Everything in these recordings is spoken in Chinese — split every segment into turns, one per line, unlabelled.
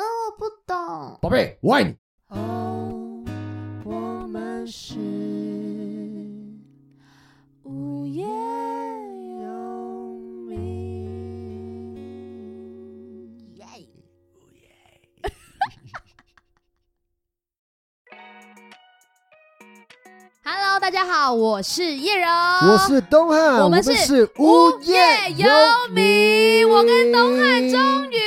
啊
宝贝，我爱你。
哦，我们是无业游民。耶！Hello，大家好，我是叶柔，
我是东汉，
啊我
我
们是
是
无
业
业游民。我跟东汉终于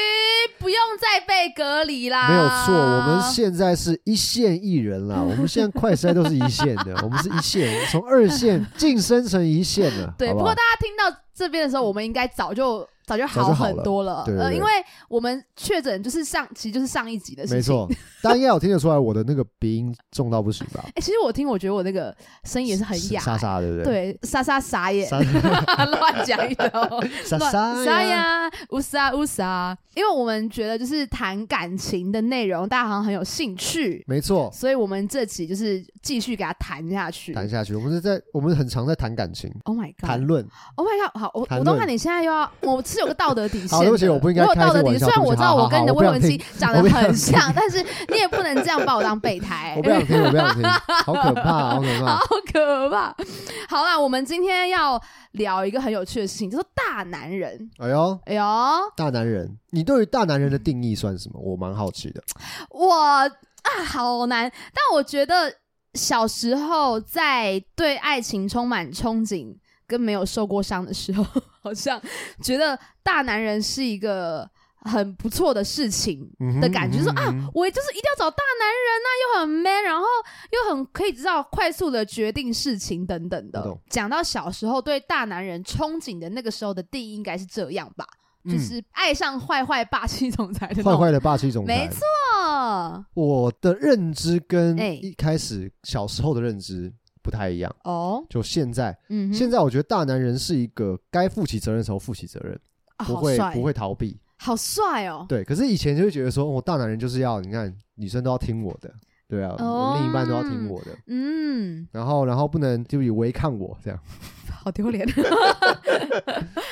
不用再被隔离啦，
没有错，我们现在是一线艺人 啦。我们现在快筛都是一线的，我们是一线，从二线晋升成一线了。
对，
好
不
不
过
好
大？家听到这边的时候，我们应该早就早就
早就好
很
了
多了，
对对
呃，
对
因为我们确诊就是上，其实就是上一集的事情。
没错，大家应该有听得出来我的那个鼻音重到不行吧？
哎、其实我听，我觉得我那个声音也是很哑、
沙沙，对不对？
对，沙沙傻耶，
沙沙
乱讲一通，
沙
乱
沙
沙，呀，乌沙乌沙，因为我们觉得就是谈感情的内容，大家好像很有兴趣，
没错。
所以我们这期就是继续给它谈下去。
谈下去，我们是在我们很常在谈感情、
Oh my god！
谈论，
Oh my god！好，我
谈
我
论
都看你现在又要，我是有个道德底线的。
好对不起我不应该
有
开这
道德底
玩
线，
笑
虽然
对不起
我知道
好好
我跟你的
好我不
未
想
婚妻长得
我不想
很像，但是你也不能这样把我当备胎
我。不想听，我不想听，好可怕，好可
好
怕。
可怕！好啦，我们今天要聊一个很有趣的事情，就是大男人。
哎呦，
哎呦，
大男人，你对于大男人的定义算什么？我蛮好奇的。
我啊，好难。但我觉得小时候在对爱情充满憧憬跟没有受过伤的时候，好像觉得大男人是一个很不错的事情。
嗯哼
的感觉，就是说
嗯哼
啊，我就是一定要找大男人呐、又很 man，然后又很可以知道快速的决定事情等等
我
的
懂。
讲到小时候对大男人憧憬的那个时候的定义，应该是这样吧，
嗯
就是爱上坏坏霸气总裁的那
坏
种。
坏的霸气总裁。
没错，
我的认知跟
哎
一开始小时候的认知不太一样。
哦，
就现在，
嗯
现
哼，
在我觉得大男人是一个该负起责任的时候负起责任，
啊
不
好
会
帅，
不会逃避。
好帅哦。
对，可是以前就会觉得说，我、大男人就是要你看女生都要听我的，对啊，
哦
我另一半都要听我的，
嗯，
然后然后不能就以违抗我这样，
好 丢脸，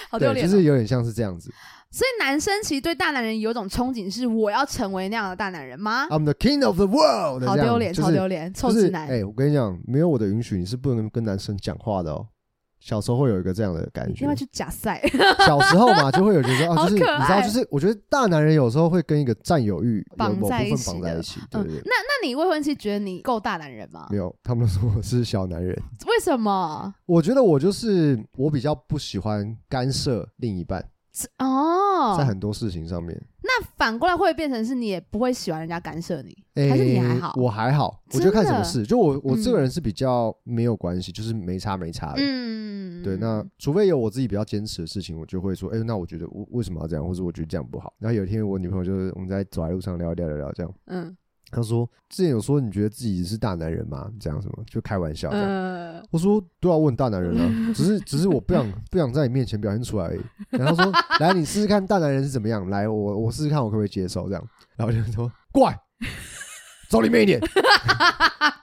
好丢
对，
脸
就
哦。
是有点像是这样子。
所以男生其实对大男人有种憧憬，是我要成为那样的大男人吗？
I'm the king of the world，
好
这样
丢脸，
就哦
超
是
丢脸，臭
就是
直男
哎、。我跟你讲，没有我的允许，你是不能跟男生讲话的哦。小时候会有一个这样的感觉
另外，去 假赛，
小时候嘛就会有觉得哦，
好
就是你
可
知道，
爱
就是我觉得大男人有时候会跟一个占有欲有
绑
某部
在一
分
起
绑在
的嗯
一起，对对对。
那你未婚妻觉得你够大男人吗
没？有，他们都说我是小男 人。
为什么？
我觉得我就是我比较不喜欢干涉另一半，在
哦，
很多事情上面。
那反过来会变成是你也不会喜欢人家干涉你，
哎，
还是你还好？
我还好，我
真
觉得看什么
的
事，就我我这个
嗯
人是比较没有关系，就是没差没差的。
嗯，
对，那除非有我自己比较坚持的事情，我就会说，哎、那我觉得我为什么要这样，或者我觉得这样不好。然后有一天，我女朋友就是我们在走在路上聊一聊聊聊这样，
嗯
她说之前有说你觉得自己是大男人吗？这样什么就开玩笑这样。
呃，
我说对啊，我很大男人 啊，只是只是我不想不想在你面前表现出来而已。然后她说来，你试试看大男人是怎么样，来我我试试看我可不可以接受这样。然后我就说过来，走里面一 点，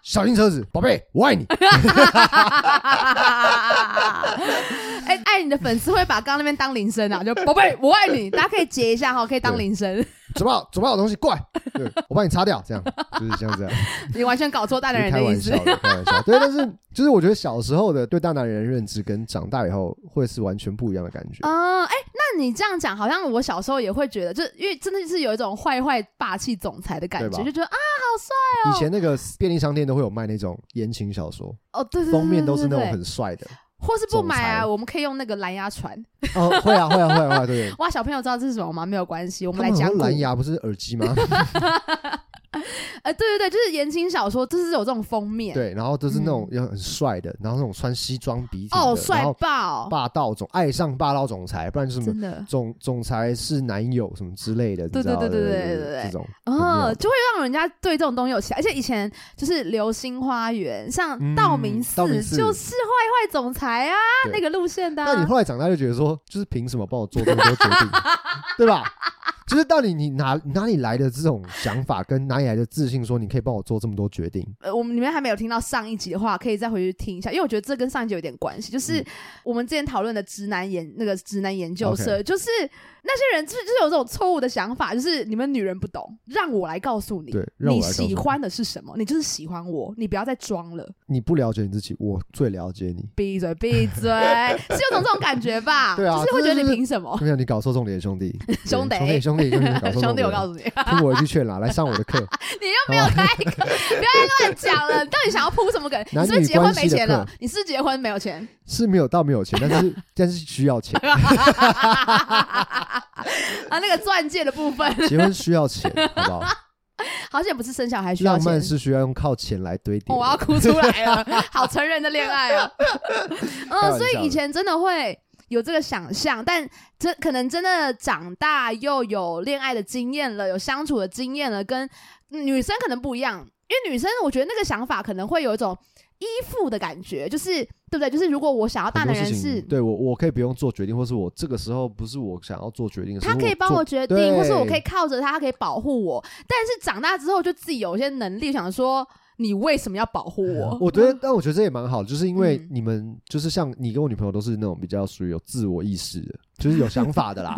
小心车子，宝贝，我爱你。
哎，爱你的粉丝会把刚刚那边当铃声啊，就宝贝，我爱 你，大家可以截一下哈，可以当铃声。
嘴巴有嘴巴有东西，过来，对我帮你擦掉，这样就是像这样，
你完全搞错大
就
男
是
人
开
的意
玩
思。
笑的，开玩笑。对，但是就是我觉得小时候的对大男人的认知跟长大以后会是完全不一样的感觉。
哦，哎、那你这样讲，好像我小时候也会觉得，就是因为真的是有一种坏坏霸气总裁的感
对
觉，
吧
就觉得啊，
以前那个便利商店都会有卖那种言情小说，
哦，对对对，
封面都是那
对
种，
对对
很帅的。
或是不买
总裁
啊，我们可以用那个蓝牙传。
哦，会啊，会啊，会啊，会啊，对。
哇，小朋友知道这是什么吗？没有关 系，我
他
们
们很
来讲
多
古
蓝。牙不是耳机吗？
呃，对对对，就是言情小说，就是有这种封面。，
对，然后都是那种要很帅的，然后那种穿西装笔挺的，
嗯哦，
然
帅
后
爆，
霸道总爱上霸道总裁，不然就是什么
真的，
总总裁是男友什么之类的，你
对
知道
对对
的
对对对
这种很妙
哦，就会让人家对这种东西有期待。而且以前就是《流星花园》，像
嗯
道明
道
寺
明寺
就是坏坏总裁啊，
对
那个路线的 啊。
那你后来长大就觉得说，就是凭什么帮我做这么多决定，对吧？就是到底你哪哪里来的这种想法，跟哪里来的自信，说你可以帮我做这么多决定？
呃，我们你们还没有听到上一集的话，可以再回去听一下，因为我觉得这跟上一集有点关系，就是
嗯
我们之前讨论的直男研那个直男研究社就是那些人就是就是有这种错误的想法，就是你们女人不懂，让我来告诉你，
对让我
你
来告诉
喜
你
欢的是什么，你就是喜欢我，你不要再装了，
你不了解你自己，我最了解你。
闭嘴闭 嘴，是有种这种感觉吧？
对啊
就是会觉得
这
你
就是
凭什么？
没有，你搞错重点，兄 弟，
哦兄弟
对兄弟，兄弟，兄弟，搞错重
兄弟，
点
我告
了，
诉你，
听我一句劝啦，来上我的课，
你又没有开课，不要再乱讲了。你到底想要铺什么梗？你
男
是不是
女
结婚
关
没
系的
钱了
课？
你是不是结婚没有钱？
是没有到没有钱，但是但是需要钱，
啊，那个钻戒的部分，
结婚需要钱，好不好？
好险不是生小 孩需要
浪
钱
漫。是需要用靠钱来堆叠
哦
的。
我要哭出 来了，好成人的恋爱啊！
开玩
嗯，
笑
所以
的
以前真的会有这个想象，但真可能真的长大又有恋爱的经验了，有相处的经验了，跟女生可能不一样，因为女生我觉得那个想法可能会有一种依附的感觉，就是对不对？就是如果我想要大
很多
男
事
人
情
是。
对我，我可以不用做决定，或是我这个时候不是我想要做决定的时候，
他可以帮
做
我决定，或是我
对
可以靠着他，他可以保护我。但是长大之后，就自己有一些能力，想说你为什么要保护 我？
我觉得，但我觉得这也蛮好的，就是因为
嗯
你们就是像你跟我女朋友都是那种比较属于有自我意识的，就是有想法的啦。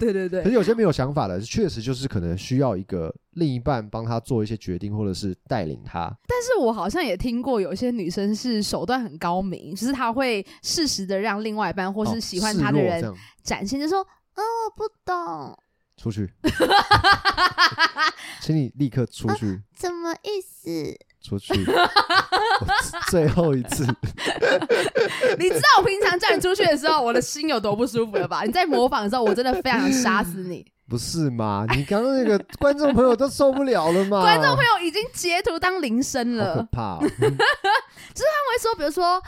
对对对
可，是有些没有想法的，确实就是可能需要一个另一半帮他做一些决定，或者是带领他。
但是我好像也听过有些女生是手段很高明，就是她会适时的让另外一半或
哦
是喜欢
示
她的
弱
人
这样
展现，就说：“嗯，我不懂，
出 去，请你立刻出去，
什么意思？
出去。我最后一次，
你知道我平常叫你出去的时候，我的心有多不舒服了吧？你在模仿的时候，我真的非常想杀死你。
不是嘛？你刚刚那个观众朋友都受不了了嘛？
观众朋友已经截图当铃声
好可
了，
怕哦、
他们会说，比如说。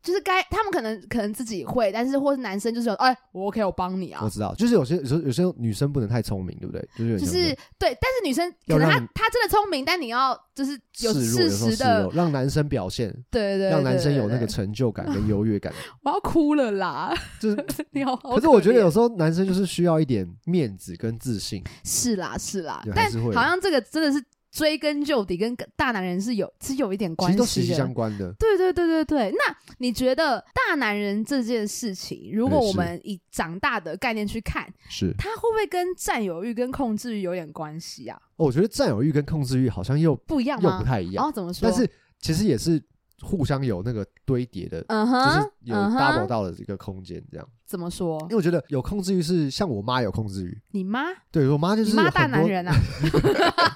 就是该他们可能可能自己会，但是或是男生就是有哎，我 OK，我帮你啊
我，知道，就是有些有时候有些女生不能太聪明，对不对？就是有
就
点像
是对，但是女生可
要
能
让
她
你
她真的聪明，但你要就是有
示弱，
适
有时候
时
示
的
弱，让男生表现，
对对对，
让男生有
对
那个
对
成就感跟优 越感。
我要哭了啦！
就是，
你好好
可是我觉得
怜
有时候男生就是需要一点面子跟自信，
是啦是啦
对，
但
还是会
好像这个真的是追根究底，跟大男人是有是有一点
其
关
实都息
系
息相
的。
关的。
对对对对对，那你觉得大男人这件事情，如果
对
我
是
们以长大的概念去看，
是，
他会不会跟占有欲跟控制欲有点关系啊？
哦我觉得占有欲跟控制欲好像又
不一样
又不
吗？
太一
然
样，
后怎么哦说？
但是其实也是互相有那个堆叠的，
嗯
就
哼
是，有
嗯
double
哼，
到的这个空间这样。
怎么说
因？为我觉得有控制欲是像我妈有控制欲，
你妈，
对我妈就
你
是
妈
很
大男
多
人啊！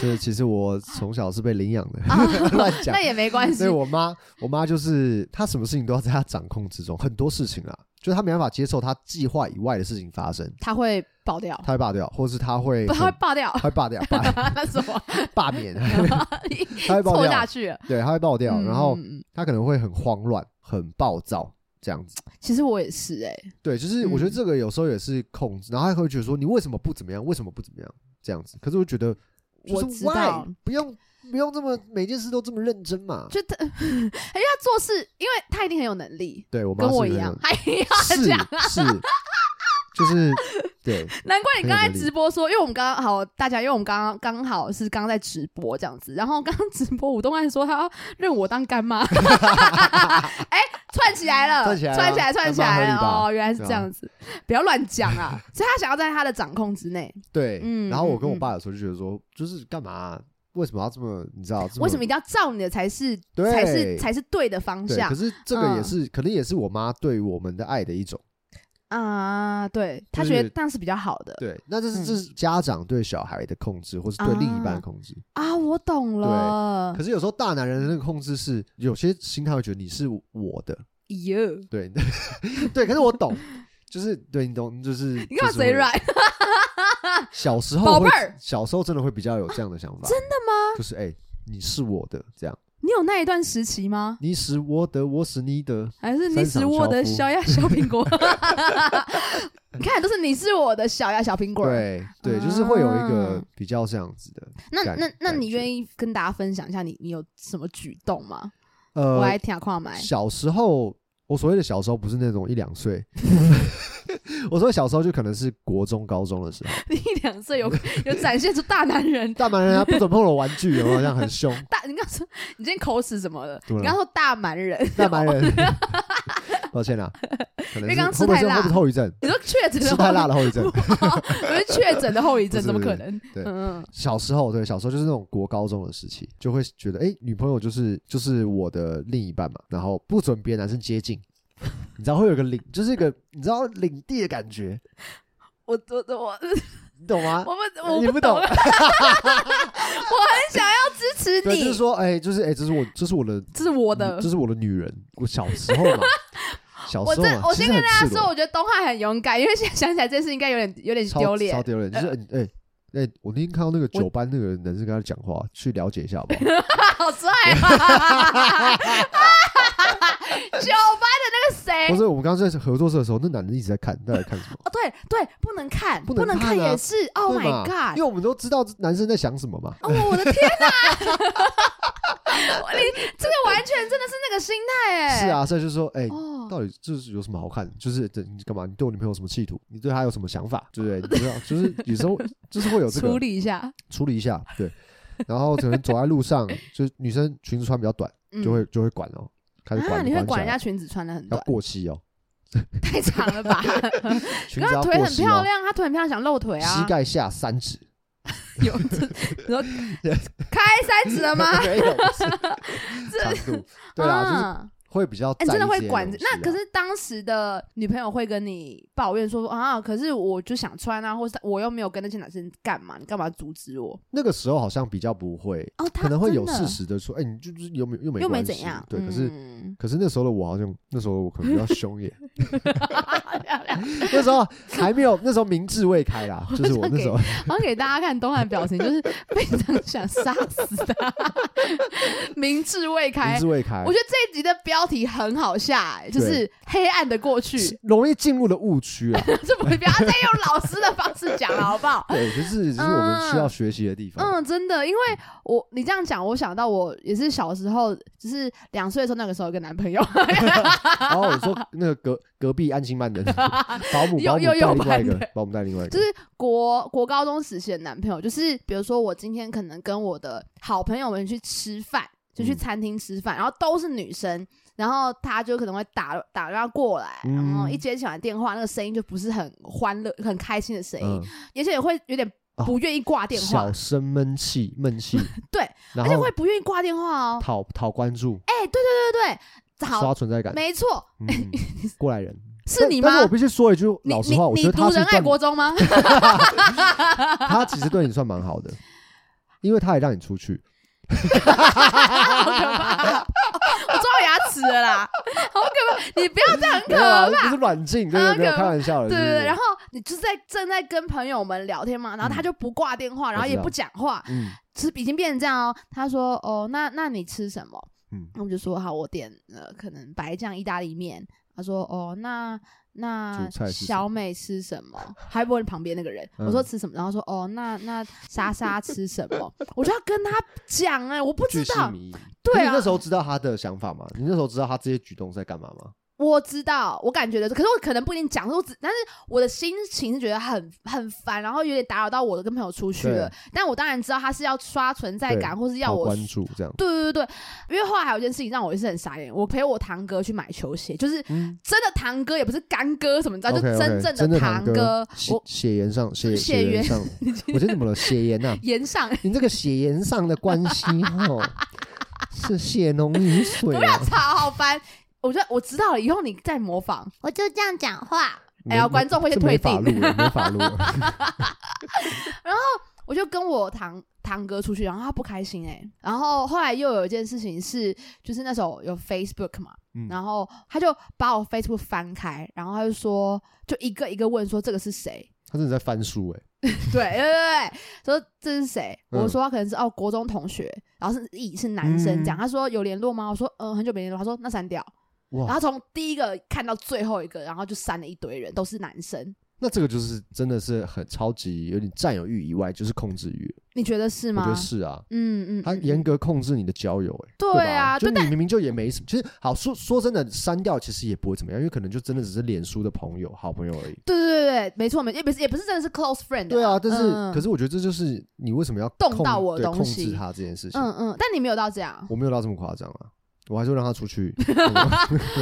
就是其实我从小是被领养的，
啊
乱讲
那。也没关系
所以，我妈，我妈就是她什么事情都要在她掌控之中，很多事情啊，就是她没办法接受她计划以外的事情发生，
他会爆掉，
她会罢掉，或是她会
不，他会
很
爆掉
她，会罢掉，罢
那什么？
罢免，
你
她会爆
错下
掉，
去了。
对，她会爆掉，
嗯
然后
嗯嗯
她可能会很慌乱、很暴躁这样子。
其实我也是哎、
对，就是我觉得
嗯
这个有时候也是控制，然后她会觉得说你为什么不怎么样，为什么不怎么样这样子。可是我觉得，
我
就是
知道
why，不用不用这么每件事都这么认真嘛。
就他，因为他哎做事，因为他一定很有能力，
对我妈
跟我
是
一
那
样
种，
还要
是
这样。
是，就是对，
难怪你刚才
很有能力
直播说，因为我们刚刚好大家，因为我们刚刚刚好是刚刚在直播这样子，然后刚刚直播吴东汉说他要啊认我当干妈， 哎、串起来了，
串起来了
串起来，串起来
干妈合理
了，
吧啊
哦，原来是这样子，不要乱讲啊！ 所以他想要在他的掌控之内，
对。
嗯
然后我跟我
嗯
爸有时候就觉得说，就是干嘛啊、为什么要这么？你知道？这
为什么一定要照你的才是
对
才是才是对的方
对，
向
可是这个也
嗯
是，可能也是我妈对我们的爱的一种。
啊？对他
就是
觉得那样是比较好的，
对，那这是
嗯
这是家长对小孩的控制，或是对另一半的控制。
啊，我懂了
可。是有时候大男人的那个控制是，有些心态会觉得你是我的，
哟，
对 对。可是我懂，就是对你懂，就是
你干嘛
就是
嘴
会
软？
小时候
宝
会
贝儿啊
小时候真的会比较有这样的想法，真的吗？就是哎、你是我的，这样
你有那一段时期吗？
你使我得，我使你得，
还是你是我的小呀小 苹果？ 你看，都是你是我的小呀小苹果。
对对，就是会有一个
啊
比较这样子的。
那
感
那那
感
你
觉
愿意跟大家分享一下你你有什么举动吗？我
呃
还，挺跨买
小时候，我所谓的小时候不是那种一两岁， 我说小时候就可能是国中、高中的时候，
你一两岁有有展现出大男人
大男人啊不准碰我玩具，有没有好像很 凶？
大，你刚说你今天口齿怎么了？
怎
你
么了
刚说大蛮人，
大男 人，抱歉啦，可能
因为
是
刚刚吃
会不会
太
是
辣
会不会是后遗 症？
你说确诊的
吃太辣的后遗症。
我是确诊的后遗症，
不是
怎么可能？
对
嗯，
小时候对，小时候就是那种国高中的时期，就会觉得哎、诶女朋友就是就是我的另一半嘛，然后不准别的男生接近，你知道会有一个领，就是一个你知道领地的感觉，
我我我
你懂吗？
我不啊我
你
不
不懂
我很想要支持
对，就是
你，
说哎、就是哎、这是我这是我的
这是我的
嗯这。是我的女人，我小时候嘛，小
我
时
这
候嘛，
我
其
先
实
跟
很
大家
赤
说，
裸
我觉得东汉很勇敢，因 为现在想起来这事应该有点有点
超
丢脸
超。丢 脸，就是哎哎。哎我那天看到那个酒班那个男生跟他讲话，去了解一 下好不好？
好帅啊！酒吧的那个谁
不？是，我们刚刚在合作社的时候，那男的一直在看，到底在看什么？
哦，对对，不能看，
不
不
能
能
看啊
也是。Oh
对嘛
my god！
因为我们都知道男生在想什么嘛。
哦，我的天哪、我 你这个完全真的是那个心态哎、
是，啊，所以就说，哎、
哦，
到底这是有什么好看？就是这你干嘛？你对我女朋友有什么企图？你对她有什么想法？对不对？你知道，就是有时候 就是会有这个
处理一下，
处理一下，对。然后可能走在路上，就是女生裙子穿比较短，
嗯
就会就会管哦，开始
啊，
管，
你会管
起
人
来
家裙子穿的很
要
短，
过膝哦，
太长了吧？
裙子
然
要
后她腿
过
很
膝
漂
哦，
亮，她腿很漂亮，想露腿啊
膝，盖下三 指，
有这，你说 开三指了吗？
没有不是 长度， 对啦，就是
嗯
会比较
哎你
在
真的
意
会
这些
管
东？西
那可
啊
是当时的女朋友会跟你抱怨说啊，可是我就想穿啊，或是我又没有跟那些男生干嘛，你干嘛阻止我？
那个时候好像比较不会，
哦，她
可能会有
真的
适时的说，哎，你就是又没又没
又没
关
怎
系
样，
对，可是。
嗯
可是那时候的我好像，那时候我可能比较凶一点，
漂亮。
那时候还没有，那时候明智未开 啦，就是我那时候，
然后给大家看东汉表情，就是非常想杀死他， 明智未
明
开
智。未开
我，觉得这一集的标题很好下、哎就是“黑暗的过去 。
是容易进入的误区啊，”
这不不要再用老师的方式讲了，好不好？
对，就是这是我们需要学习的地方。
嗯，真的，因为我你这样讲，我想到我也是小时候，就是两岁的时候，那个时候有个男朋友，
然后你说那个隔隔壁安亲班 的保姆，
有
保姆
有
带另外
有
一
班
个
的，
保姆带另外一个，
就是国国高中时期的男朋友，就是比如说我今天可能跟我的好朋友们去吃饭，就去
嗯
餐厅吃饭，然后都是女生，然后他就可能会打打电话过来，
嗯
然后一接起来电话，那个声音就不是很欢乐、很开心的声音，
嗯，
而且也会有点
哦
不愿意挂电话，
小声闷气闷气，
对，
然
而且
后
会不愿意挂电话哦。
讨讨关注，
哎、对对对对对，好，
刷存在感，
没错，
嗯，过来人
是你
但但
吗
是？我必须说一句
你
老实话，我
你
觉得
你
他
读
是
仁爱
算
国中吗？
他其实对你算蛮好的，因为他也让你出去。
好可怕！ 我撞到牙齿了 啦，好可怕！你不要这样，很
没有
可
啊，
怕。
不是软禁，对
很
对，
可
没有开
怕
玩笑的。
对对
是
对，然后你就是在正在跟朋友们聊天嘛，然后他就不挂电话，然后也不讲话，
嗯
是已经变成这样哦。他说：“哦，那那你吃什么？”
嗯，
那我们就说：“好，我点呃，可能白酱意大利面。”他说：“哦，那那
主菜是什么
小美吃什么？”还问旁边那个人，
嗯
我说吃什么？然后说：“哦，那那莎莎吃什么？”我就要跟他讲哎、我不知
巨细
道，
靡遗。
对
你
啊
那时候知道他的想法吗？你那时候知道他这些举动是在干嘛吗？
我知道，我感觉的是，可是我可能不一定讲，我只但是我的心情是觉得很很烦，然后有点打扰到我跟朋友出去了
对。
但我当然知道他是要刷存在感，或是要
好
我
关注这样。
对对对对，因为后来还有一件事情让我也是很傻眼，我陪我堂哥去买球鞋，就是
嗯
真的堂哥，也不是干哥什么，你知道
OK，
就
OK，
真正
的
堂
哥，血
我
血缘上血
血
血缘
缘
上，我觉得怎么了？血缘呐，
沿上
你这个血缘上的关系哦，是血浓于水
不要
啊。
吵，好烦。我觉得我知道了，以后你再模仿，我就这样讲话。哎呀，
没
观众会
这
退
没法录
订。
了，没法录了。
我就跟我堂堂哥出去，然后他不开心哎、然后后来又有一件事情是，就是那时候有 Facebook 嘛，
嗯
然后他就把我 Facebook 翻开，然后他就说，就一个一个问说这个是谁，
他真的在翻书哎，
对对对对，说这是谁，
嗯
我说他可能是哦国中同学，然后是乙是男生
嗯
讲，他说有联络吗？我说嗯很久没联络，他说那删掉，然
哇，
后从第一个看到最后一个，然后就删了一堆人，都是男生。
那这个就是真的是很超级有点占有欲以外，就是控制欲。
你觉得是
我
吗？
觉得是啊，
嗯，嗯嗯，
他严格控制你的交友、欸，哎，
对啊
吧
对
就你明明就也没什么，其实好说说真的，删掉其实也不会怎么样，因为可能就真的只是脸书的朋友、好朋友而已。
对对对对，没错没错，也不是也不是真的是 close friend 的
对啊，但是、
嗯
可是我觉得这就是你为什么要
动
控
到我的
对
东西
控制他这件事情。
嗯嗯，但你没有到这样。
我没有到这么夸张啊，我还是会让他出 去 跟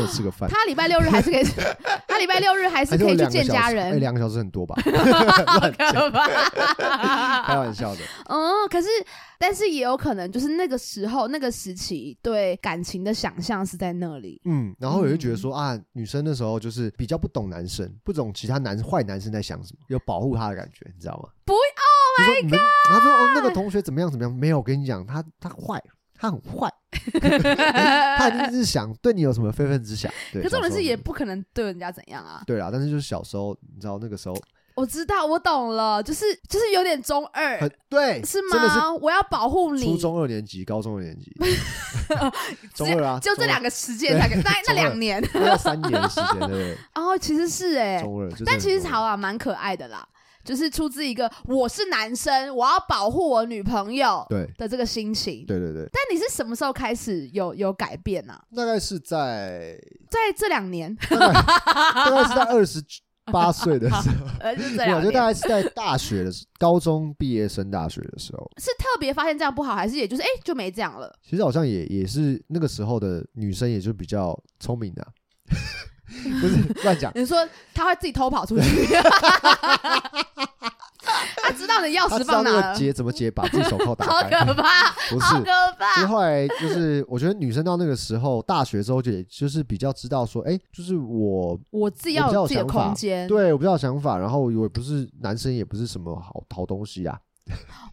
我吃个饭，
他礼拜六日还是可以， 他礼拜六日还是
还是
可
有
以去
两个
见
小时，
家
哎
人，
两个小时很多 吧？
好 可
开
怕。
玩笑的，
嗯，可是但是也有可能就是那个时候那个时期对感情的想象是在那 里。
嗯，然后我就觉得说啊，女生那时候就是比较不懂男生，不懂其他男坏男生在想什么，有保护他的感觉，你知道吗？
不，Oh
你
要
说你们，他说哦，那个同学怎么样怎么样？没有，我跟你讲，他他坏，他很坏，他一定是想对你有什么非分之想。对，
呃可是
小
我们
时候
是也不可能对人家怎样啊！
对啦，但是就是小时候，你知道那个时候
我知道，我懂了，就是就是有点中二，
很对，
是
真的是
吗？我要保护你，
初中二年级、高中二 年级，中二啊，
就这两
个，
个时间，那个那那
中二啊
两年，
都要三年的时间，对不 对？
哦，其实是哎、
中二，就真的
但
很
其实
中
好
二
啊，蛮可爱的啦，就是出自一个我是男生，我要保护我女朋友
对
的这个心情。
对对对，
但你是什么时候开始有有改变呢、啊？
大概是 在
在这两 年，
大概是在二十 八岁的时候，
呃，就是这
没有，
两
就大概
年，
是在大学的时高中毕业升大学的时候。
是特别发现这样不好，还是也就是哎、就没这样了？
其实好像也也是那个时候的女生，也就比较聪明的、啊， 不是乱讲。
你说他会自己偷跑出去， 他知道你钥
她
匙
知道
放哪
那个
了，
结怎么结，把自己手铐打
好
开，
可怕，
不是。其
好可
实
怕。
后来就是，我觉得女生到那个时候，大学之后就也就是比较知道说，哎、就是我
我自己
我
要
比较
有
有
自己的
想法
空间，
对我比较有想法，然后我也不是男生，也不是什么好好东西啊。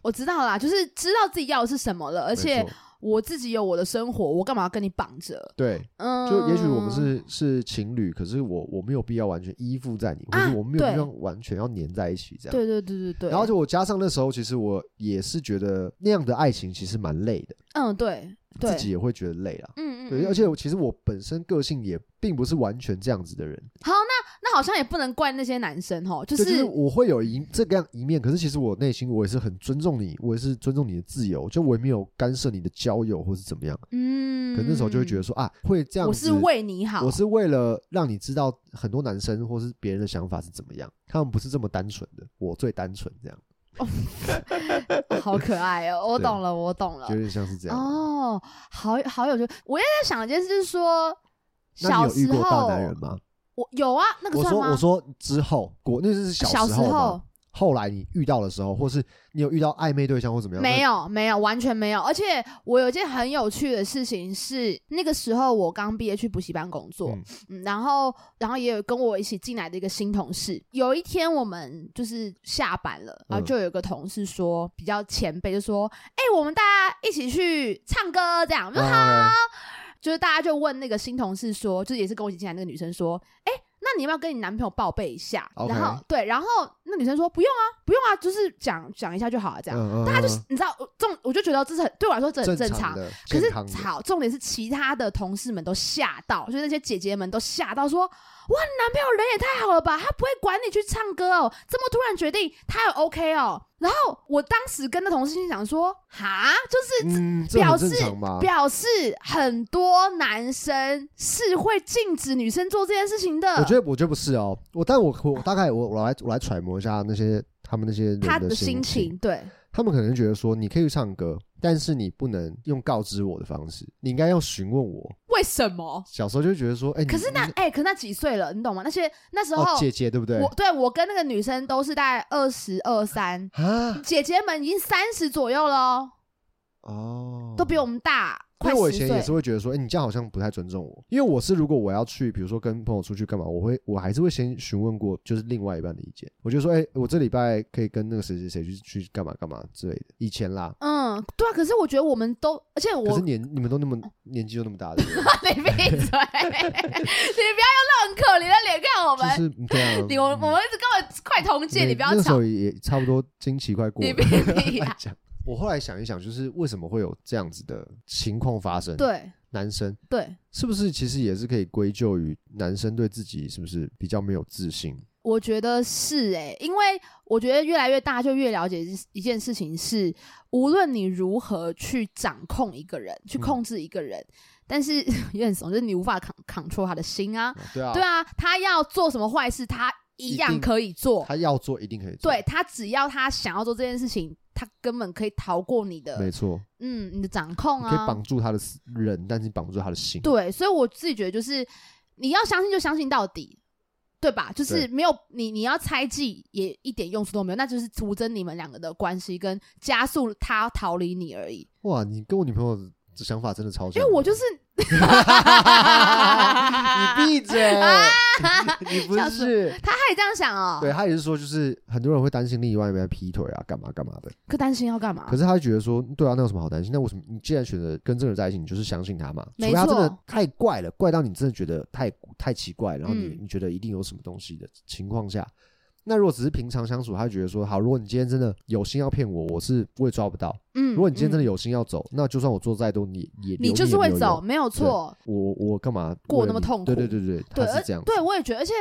我知道啦，就是知道自己要的是什么了，而
而
且我自己有我的生活，我干嘛要跟你绑着？
对，
嗯，
就也许我们是是情侣，可是我我没有必要完全依附在你，或
啊
者我没有必
对
要完全要黏在一起这样。
对对对对对，
然后就我加上那时候，其实我也是觉得那样的爱情其实蛮累的，
嗯对对，
自己也会觉得累啦。
嗯嗯，
对，
嗯
而且我其实我本身个性也并不是完全这样子的人，
好，那那好像也不能怪那些男生哦，就
对就是
是
我会有一这个样一面，可是其实我内心我也是很尊重你，我也是尊重你的自由，就我也没有干涉你的交友或是怎么样。
嗯，
可那时候就会觉得说啊，会这样
我
子，
是为你好，
我是为了让你知道很多男生或是别人的想法是怎么样，他们不是这么单纯的，我最单纯这样，
好可爱哦，我
对
懂了，我懂了
就，有点像是这样。
哦，好好有趣，我也在想一件事，就是说
那
小
你有遇
时
过大
候
男人吗？
我有啊，那个
我
算
说
吗？
我说之后，国那是小
小
时
时
候
候
吗？后来你遇到的时候，或是你有遇到暧昧对象或怎么样？
没
有，
有，没有，完全没有。而且我有一件很有趣的事情是，那个时候我刚毕业去补习班工作，
嗯
嗯然后然后也有跟我一起进来的一个新同事。有一天我们就是下班了，然
嗯
后就有一个同事说，比较前辈就说：“哎、我们大家一起去唱歌，这样。”我说
啊
好，
，OK
就是大家就问那个新同事说，就是也是跟我一起进来那个女生说：“哎、那你要不要跟你男朋友报备一下？”
OK
然后对，然后那女生说：“不用啊，不用啊，就是讲讲一下就好了，这样。”
嗯嗯，
大家就
嗯
是你知道，我这种我就觉得这是很对我来说这很正
正
常。
的，
可
健康的
是好，重点是其他的同事们都吓到，就是那些姐姐们都吓到说：“哇，你男朋友人也太好了吧，他不会管你去唱歌哦，这么突然决定，他也 OK 哦。”然后我当时跟那同事心想说：“哈，就是
嗯，这
表
很正
示
常嘛。
表示很多男生是会禁止女生做这件事情的。”
我觉得我觉得不是哦，我但我我大概我我来我来揣摩一下那些他们那些人
他的
心
心情，对，
他们可能觉得说你可以唱歌，但是你不能用告知我的方式，你应该要询问我。
为什么？
小时候就会觉得说，哎，你
可是那
你
哎、可是那几岁了，你懂吗？那些那时候、
哦姐姐对不对
我？对我跟那个女生都是大概二十二三，
啊
姐姐们已经三十左右了哦，
哦，
都比我们大
因
快
为我以
十
前也
岁
是。会觉得说，哎、你这样好像不太尊重我。因为我是如果我要去，比如说跟朋友出去干嘛，我会我还是会先询问过，就是另外一半的意见。我就说，哎、我这礼拜可以跟那个谁谁谁去去干嘛干嘛之类的。以前啦，
嗯，对啊，可是我觉得我们都，而且
可
我嗯
是年你们都那么年纪都那么大的，对不
你 闭嘴，你不要用那种可怜的脸看 我
对
们，
就是对啊，
你我我们是根本快同届，
嗯
你不要
那时
吵
候，也差不多经期快过
你
了
闭。闭
乱
啊！
讲。我后来想一想，就是为什么会有这样子的情况发生？，
对
男生
对，
是不是其实也是可以归咎于男生对自己是不是比较没有自信？
我觉得是诶、因为我觉得越来越大，就越了解一一件事情是，无论你如何去掌控一个人，去
嗯
控制一个人，但是 有点怂，就是你无法 c o n t r o l 他的心啊。
对啊，
对啊，他要做什么坏事，他一
一
样
定
可以做。
他要做一定可以做，
对，他只要他想要做这件事情，他根本可以逃过你
没
的
错，
嗯你的掌控
你可以
啊。
绑住他的人，但是你绑不住他的心。
对，所以我自己觉得就是你要相信就相信到底，对吧？就
对
是没有你你要猜忌也一点用处都没有，那就是徒增你们两个的关系跟加速他逃离你而已。
哇，你跟我女朋友的想法真的超像，
因为我就是
你闭嘴，
啊
你不
笑
是。
他还这样想哦、
对啊他也是说，就是很多人会担心另一半有没有劈腿啊，干嘛干嘛的。
可担心要干嘛
可？是他就觉得说，对啊，那有什么好担心？那为什么你既然选择跟这个人在一起，你就是相信他嘛？除
没
非他真的
错
太怪了，怪到你真的觉得太太奇怪，然后你、
嗯
你觉得一定有什么东西的情况下，那如果只是平常相处，他就觉得说，好，如果你今天真的有心要骗我，我是我也抓不到。
嗯，
如果你今天真的
嗯、
有心要走，那就算我做再多，你也
你
留
就是
也
会
没有
走，
用。
没有错。
我我干嘛
过
为了
那么
你
痛苦
对对对对，
对，
他
而
是这样子。
对我也觉得，而且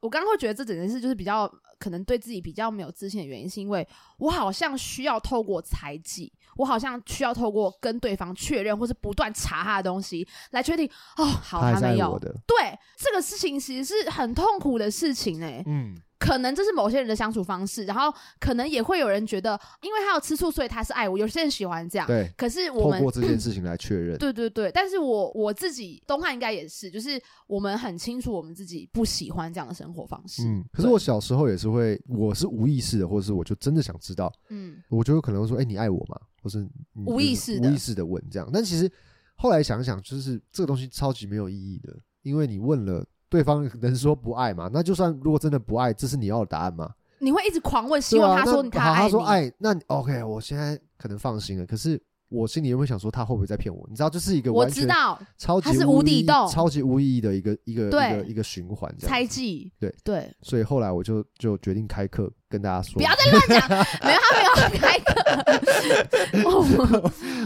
我刚刚会觉得这整件事就是比较可能对自己比较没有自信的原因，是因为我好像需要透过猜忌，我好像需要透过跟对方确认，或是不断查他的东西来确定哦，好，
他还是
没
爱
有
我。的。
对这个事情其实是很痛苦的事情哎、
嗯，
可能这是某些人的相处方式，然后可能也会有人觉得，因为他有吃醋，所以他是爱我。有些人喜欢这样，
对，
可是我
透
们
过这件事情来确认。
对对对，但是我我自己东汉应该也是，就是我们很清楚我们自己不喜欢这样的生活方式。
嗯，可是我小时候也是会，我是无意识的，或者是我就真的想知道，
嗯
我就有可能会说，哎、你爱我吗？或是你
无
就是
意识的
无意识的问这样。但其实后来想想，就是这个东西超级没有意义的，因为你问了。对方能说不爱吗？那就算如果真的不爱，这是你要的答案吗？
你会一直狂问，希
对
望
啊，
他说
那
他
好
爱
他
你。
说爱，那 OK，我现在可能放心了。可是我心里又会想说，他会不会在骗我？你知道，这是一个
我
完
知
全
道
超级
它是
无
无底
意义
洞
超级无意义的一个一个一个
对
一个循环。这样
猜
子
忌，
对
对，
所以后来我就就决定开课跟大家说，
不要再乱讲，没有他没有开 课， 我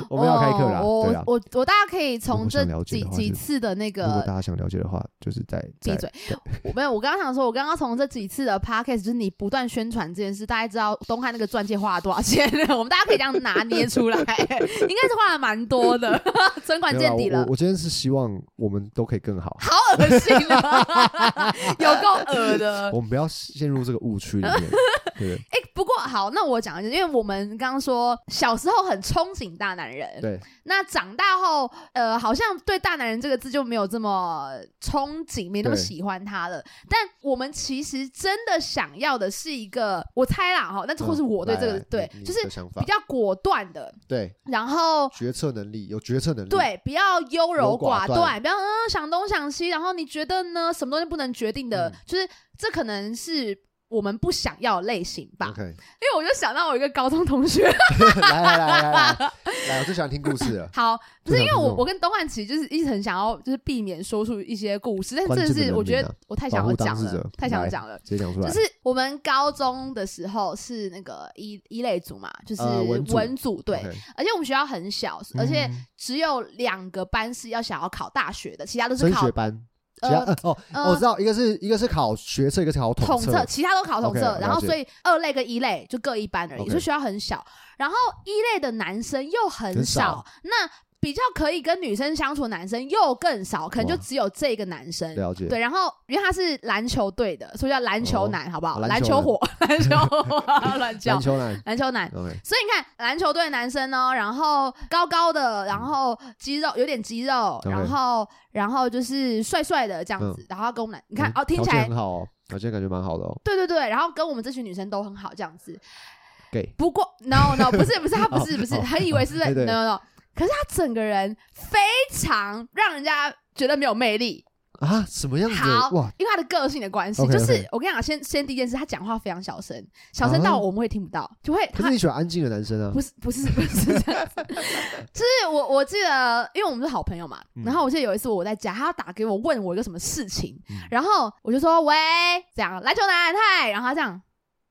我们要开课啦，
哦
对啦。啊
我我我大家可以从这
如果想了解
几
的话就
几次的那
如果
个。
大家想了解的话，就是在
闭
在
嘴！我没有，我刚刚想说，我刚刚从这几次的 podcast，就是你不断宣传这件事，大家知道东汉那个钻戒花了多少钱了 我们大家可以这样拿捏出来，应该是花了蛮多的，存款
没有啦啊
见底
我
了
我。我今天是希望我们都可以更好，
好恶心啊，有够恶的。
我们不要陷入这个误区里面。对
哎、不过好，那我讲一下，因为我们刚刚说小时候很憧憬大男人，
对，
那长大后，呃，好像对“大男人”这个字就没有这么憧憬，没那么
对
喜欢他了。但我们其实真的想要的是一个，我猜啦哈，那
嗯
或是我对这个、
来来
对
你，你
就是
的想法
比，较果断的，
对
然后。
决策能力有决策能力，
对，比较优柔
柔寡
寡
断
断，不要嗯想东想西，然后你觉得呢？什么东西不能决定的？
嗯
就是这可能是我们不想要的类型吧。
，OK，
因为我就想到我一个高中同学，。
来来来来来来，我最喜欢听故事了
好，不是
对啊
因为
不是
我
我
我跟东汉其实就是一直很想要，就是避免说出一些故事，但
关
真
键
的
的
是
人
我觉
命
得
啊
我太
保
想要
护当
讲
事
了
者，
太想要
来
讲了。
直接讲出来，
就是我们高中的时候是那个一一类组嘛，就是
呃文组
文组对，
OK，
而且我们学校很小，而且
嗯
只有两个班是要想要考大学的，其他都是
升
考
学班，其他
呃
呃哦，
呃
我知道，一个是一个是考学测，一个是考
统
测
测，，其他都考统
OK，
测
了，
然后
解
所以二类跟一类就各一班而已，
OK
所以学校很小。然后一类的男生又很
很
少
少，
那比较可以跟女生相处的男生又更少，可能就
哇
只有这个男生。
了解，
对，然后因为他是篮球队的，所以叫篮球男，好不好？
哦篮
篮
球
球
男
火， 篮球火乱叫
篮，球男
篮球男。
，OK，
所以你看，篮球队的男生呢，然后高高的，然后肌肉有点肌肉，
OK
然后然后就是帅帅的这样子，然后他跟我们男，你看
嗯
哦，听
条
起
件
来
很好哦，条件感觉蛮好的哦
对对对，然后跟我们这群女生都很好这样子。
，gay，
不过 no no 不是不是他不是
哦
不是，
哦
很以为是在
对对
no no no，可是他整个人非常让人家觉得没有魅力，
啊，什么样子
好？
哇，
因为他的个性的关系，
OK，
就是
OK
我跟你讲，先先第一件事，他讲话非常小声，小声
啊
到我们会听不到，就会
可
他
是你喜欢安静的男生啊？
不是不是不是这样子，就是我我记得，因为我们是好朋友嘛，
嗯
然后我记得有一次我在家，他要打给我问我一个什么事情，
嗯
然后我就说喂，这样篮球男嗨，然后他这样，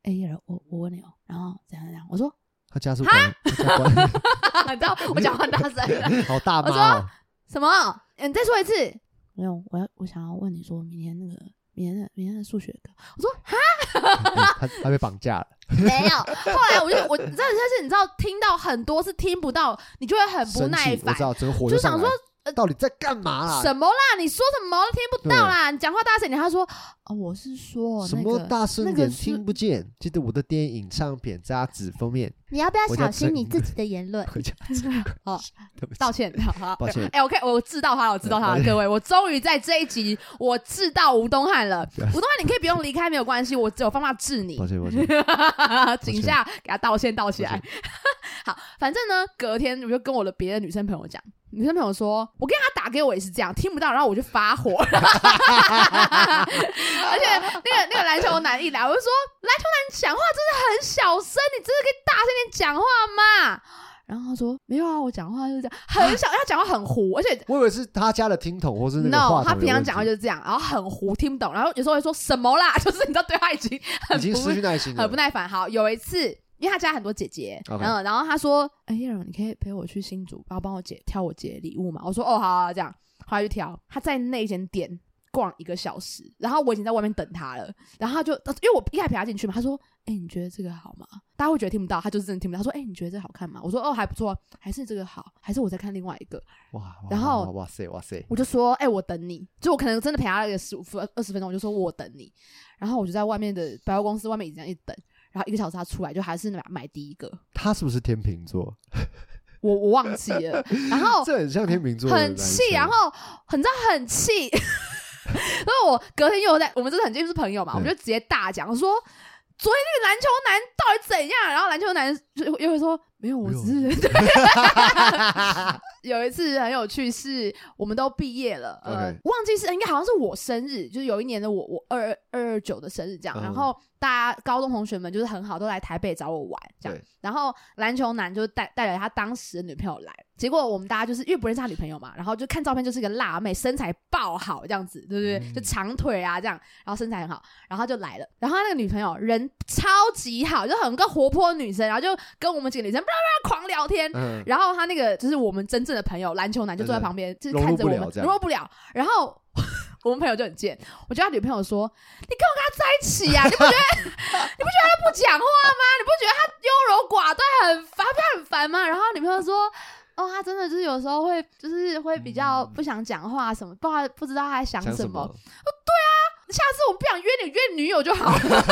哎、叶柔我我问你哦，然后怎样怎样，我说，
他加速关，他加关
你知道我讲话很大声，
好大妈哦！
嗯什么？你再说一次？没有，我要我想要问你说明天那个明天的明天的数学课，
他他被绑架了，
没有。后来我就我真的就是你知道，听到很多次听不到，你就会很不
生
耐
气，我
烦
知，道整个火
就
上
想说
来了，到底在干嘛啦？
什么啦？你说什么听不到啦？你讲话大声一点。他说哦，我是说
什
那
么
个，
大声
那
点
个是
听不见？记得我的电影唱片杂志封面，
你要不要
我叫
小心
陈
你自己的言论？
回家
哦，
对不起
道 歉，好好，
抱歉呃
哎、我可以，我知道他了，我知道他了，各位，我终于在这一集我治到吴东汉了。
啊
吴东汉，你可以不用离开，没有关系，我只有方法治你
抱。歉，抱歉，
请下给他道歉道起来。 好，反正呢，隔天我就跟我的别的女生朋友讲，女生朋友说，我跟她打给我也是这样，听不到，然后我就发火。 而且那个那个篮球男一来，我就说，篮球男讲话真的很小声，你真的可以大声点讲话吗？然后他说没有啊，我讲话就是这样，很小，他讲 话很糊，而且
我以为是他家的听筒或是那个
no，
话筒有问题，
他平常讲话就是这样，然后很糊，听不懂，然后有时候会说什么啦， 就是你知道对他已经很
已经
不
失去耐心了
很不。耐烦。好，有一次，因为他家很多姐姐
OK
然后然后他说：“哎、叶荣，你可以陪我去新竹，然后帮我姐挑我姐的礼物嘛？”我说：“哦，好、啊，这样。”后来就挑，他在那间店逛一个小时，然后我已经在外面等他了，然后他就因为我一开始陪他进去嘛，他说：“哎、你觉得这个好吗？”大家会觉得听不到，他就是真的听不到。他说：“哎、你觉得这个好看吗？”我说：“哦，还不错，还是这个好，还是我再看另外一个。”
哇，哇
然后
哇哇塞哇塞，
我就说，哎、我等你。就我可能真的陪他了个十五分二十分钟，我就说我等你。然后我就在外面的百货公司外面一直这样一直等，然后一个小时他出来，就还是买买第一个，
他是不是天秤座？
我我忘记了。然后
这很像天秤座的男
哦很
生，
气，然后很知道很气， 所以我隔天又在我们真的很就是朋友嘛，
嗯
我们就直接大讲说。昨天那个篮球男到底怎样？然后篮球男就又会说没有，我
没有
只是 有一次很有趣，是我们都毕业了，呃
OK
忘记是应该好像是我生日，就是有一年的我我二二二九的生日这样，
嗯
然后大家高中同学们就是很好，都来台北找我玩这样
对，
然后篮球男就带带了他当时的女朋友来，结果我们大家就是因为不认识他女朋友嘛，然后就看照片就是一个辣妹，身材爆好这样子，对不对？
嗯
就长腿啊这样，然后身材很好，然后他就来了，然后他那个女朋友人超级好，就很个活泼的女生，然后就跟我们几个女生叭叭叭狂聊天，
嗯，
然后他那个就是我们真正的朋友篮球男就坐在旁边，就是看着
融入不
我
了
们
这样
融入不了。然后 我们朋友就很贱，我就他女朋友说：“你跟我跟他在一起呀、啊，你不觉得 你不觉得他不讲话吗？你不觉得他优柔寡断很烦，他很烦吗？”然后他女朋友说。哦，他真的就是有时候会，就是会比较不想讲话什么，不知道不知道他在想
想
什
什
么。？下次我不想约你，约你女友就好 了。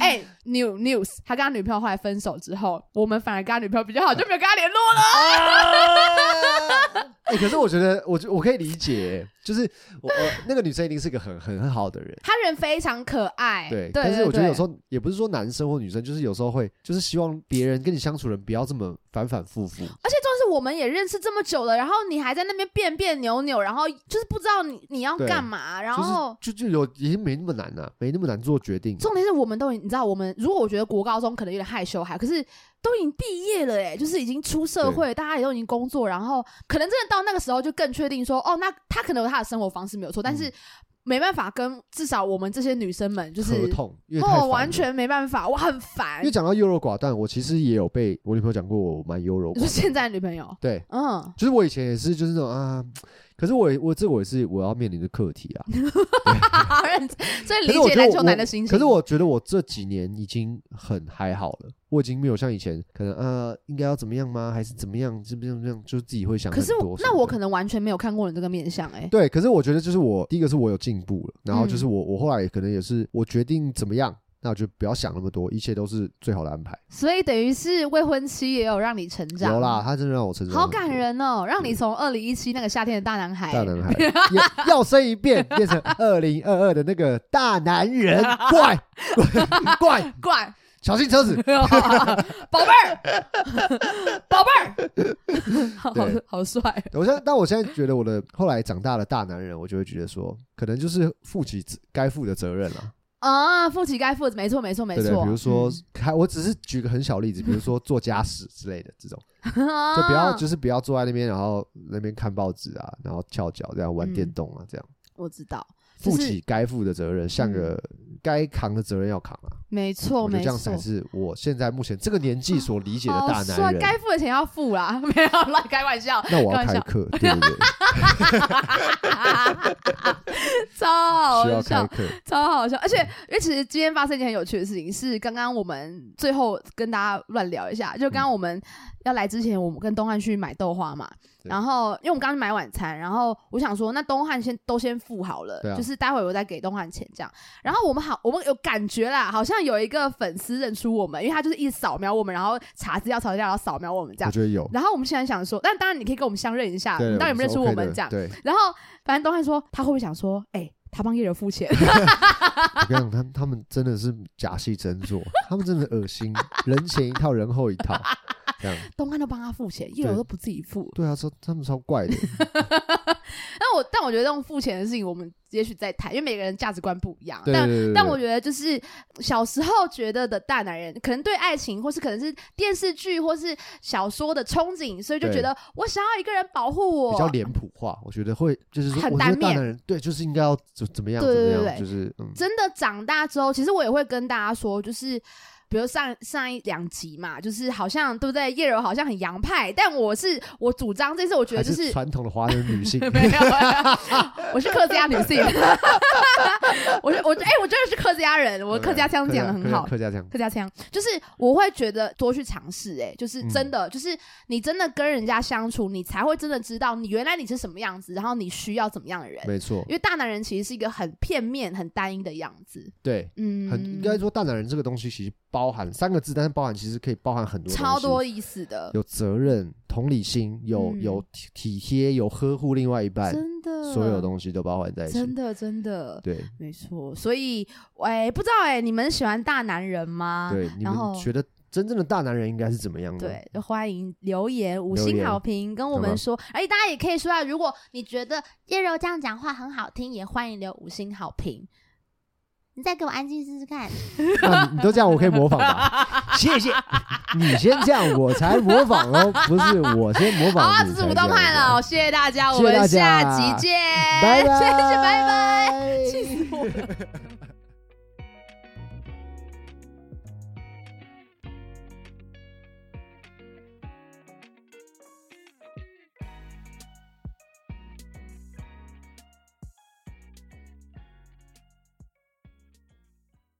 哎、n e w news，他跟他女朋友后来分手之后，我们反而跟他女朋友比较好，就没有跟他联络了。
哎、可是我觉得，我觉我可以理解，就是我、呃、那个女生一定是个很很很好的人，
他人非常可爱，
对。
哎对
但是我觉得有时
候
候也不是说男生或女生，就是有时候会，就是希望别人跟你相处的人不要这么反反复复。
而且重点是我们也认识这么久了，然后你还在那边变变扭扭，然后就是不知道你你要干嘛，然后。
就是就就有已经没那么难了、没那么难做决定了。
重点是我们都已你知道，我们如果我觉得国高中可能有点害羞，还可是都已经毕业了哎、就是已经出社会，大家也都已经工作，然后可能真的到那个时候就更确定说，哦，那他可能有他的生活方式没有错，但是没办法跟至少我们这些女生们就是
合同，因为太烦
哦
了
完。全没办法，我很烦
因为。讲到优柔寡断，我其实也有被我女朋友讲过，我蛮优柔寡
你
断
说
的。
现在的女朋友，
对，
嗯，
就是我以前也是，就是那种啊，可是我也我这个我也是我要面临的课题啊。
好认真，所以
可是
理
我
解
觉得
篮
我
球男的心情。
可是我觉得我这几年已经很还好了，我已经没有像以前可能呃应该要怎么样吗？还是怎么样？是不是这样？就是自己会想
可
很
是
多
我
什么的。
那我可能完全没有看过你这个面相哎、欸，
对，可是我觉得就是我第一个是我有进步了，然后就是
嗯
我、我后来可能也是我决定怎么样，那我就不要想那么多，一切都是最好的安排。
所以等于是未婚妻也有让你成长，
有啦，，他真的让我成长，
好感。人哦，让你从二零一七那个夏天的大男孩，
大男孩 要要生一变，变 成二零二二的那个大男人，怪 怪，
怪
小心车子。
宝贝儿， 宝贝儿，好
对
好帅，
我现在，但我现在觉得我的后来长大的大男人，我就会觉得说，可能就是负起自该负的责任了、
啊，负起该负的，没错没错没
对不对？
错，
比如说
嗯，
开、我只是举个很小例子，比如说做家事之类的这种，就
就
不要就是不要啊坐在那边，然后那边看报纸啊，然后翘脚这样玩
嗯
电动啊，这样。
我知道。就
负
是嗯
起该负的责任，像个该扛的责任要扛啊。
没错，
我觉得
哦没
这
错哦
样，才是我现在目前这个年纪所理解的
好
大
帅
男人。
该付的钱要付啦， 没有啦，开玩笑，
那我
开
要
玩
开
笑
课， 对不对？
超
需
好
要开
笑，
课，
超好笑。而且，因为其实今天发生一件很有趣的事情，是刚刚我们最后跟大家乱聊一下，就刚刚我们要来之前，我们跟东汉去买豆花嘛，
对
然后因为我们刚刚去买晚餐，然后我想说，那东汉先都先付好了，
对啊
就是待会我再给东汉钱这样。然后我们好，我们有感觉啦，好像有一个粉丝认出我们，因为他就是一直扫描我们，然后查资料、查资料，然后扫描我们这
我
样。
觉得有。
然后我们现在想说，但当然你可以跟我们相认一下，
对，
你到底有没有认出
我是
我
OK
们
的
这样。
对，
然后反正东汉说，他会不会想说，哎、他帮叶柔 付钱？
我跟你讲，他他们真的是假戏真做，他们真的恶心，人前一套，人后一套，这样。
东汉都帮他付钱，叶柔都不自己付。
对啊，超他们超怪 的，
但我但我觉得这种付钱的事情，我们也许再谈，因为每个人价值观不一样。啊
对对对
但
对对
但我觉得就是小时候觉得的大男人，可能对爱情，或是可能是电视剧或是小说的憧憬，所以就
对
觉得我想要一个人保护
比较
我。
脸谱化，我觉得会就是说，
很
我觉得
单
大
面
男人对，就是应该要怎怎么样
对
怎么
对
样，
对对
就是嗯，
真的长大之后，其实我也会跟大家说，就是。比如上上一两集嘛，就是好像对不对？叶柔好像很洋派，但我是我主张这次，我觉得
还
就是是，
传统的华人女性
没有，我是客家女性， 我是我哎、我真的是客家人，我客家腔讲的很好，
啊客家客家腔
客家腔就是我会觉得多去尝试，哎，就是真
嗯
的，就是你真的跟人家相处，你才会真的知道你原来你是什么样子，然后你需要怎么样的人。
没错
因，为大男人其实是一个很片面、很单一的样子，
对，
嗯，
很应该说大男人这个东西其实包含三个字，但是包含其实可以包含很多东西
超多意思的，
有责任、同理心、有
嗯
有体体贴、有呵护另外一半，
真的，
所有东西都包含在一
真
起。
的真的
对
没错。所以，哎、不知道哎、你们喜欢大男人吗？
对，你
啊然后
们觉得真正的大男人应该是怎么样的？
对，就欢迎留言五
嗯留
星
言嗯
好评，跟我
好
们
吗
说。而且大家也可以说啊，如果你觉得叶柔这样讲话很好听，也欢迎留五星好评。
你再给我安静试试看。
那你你都这样，我可以模仿吧？ 谢谢，你先这样，我才模仿哦，不是我先模
好
仿。
啊，
你
这是
才
武
这
东
样
汉
子
了，谢谢大家，我
谢谢
们
大
下
家
集见，
拜拜，
谢谢，拜拜，
拜。
气死我了。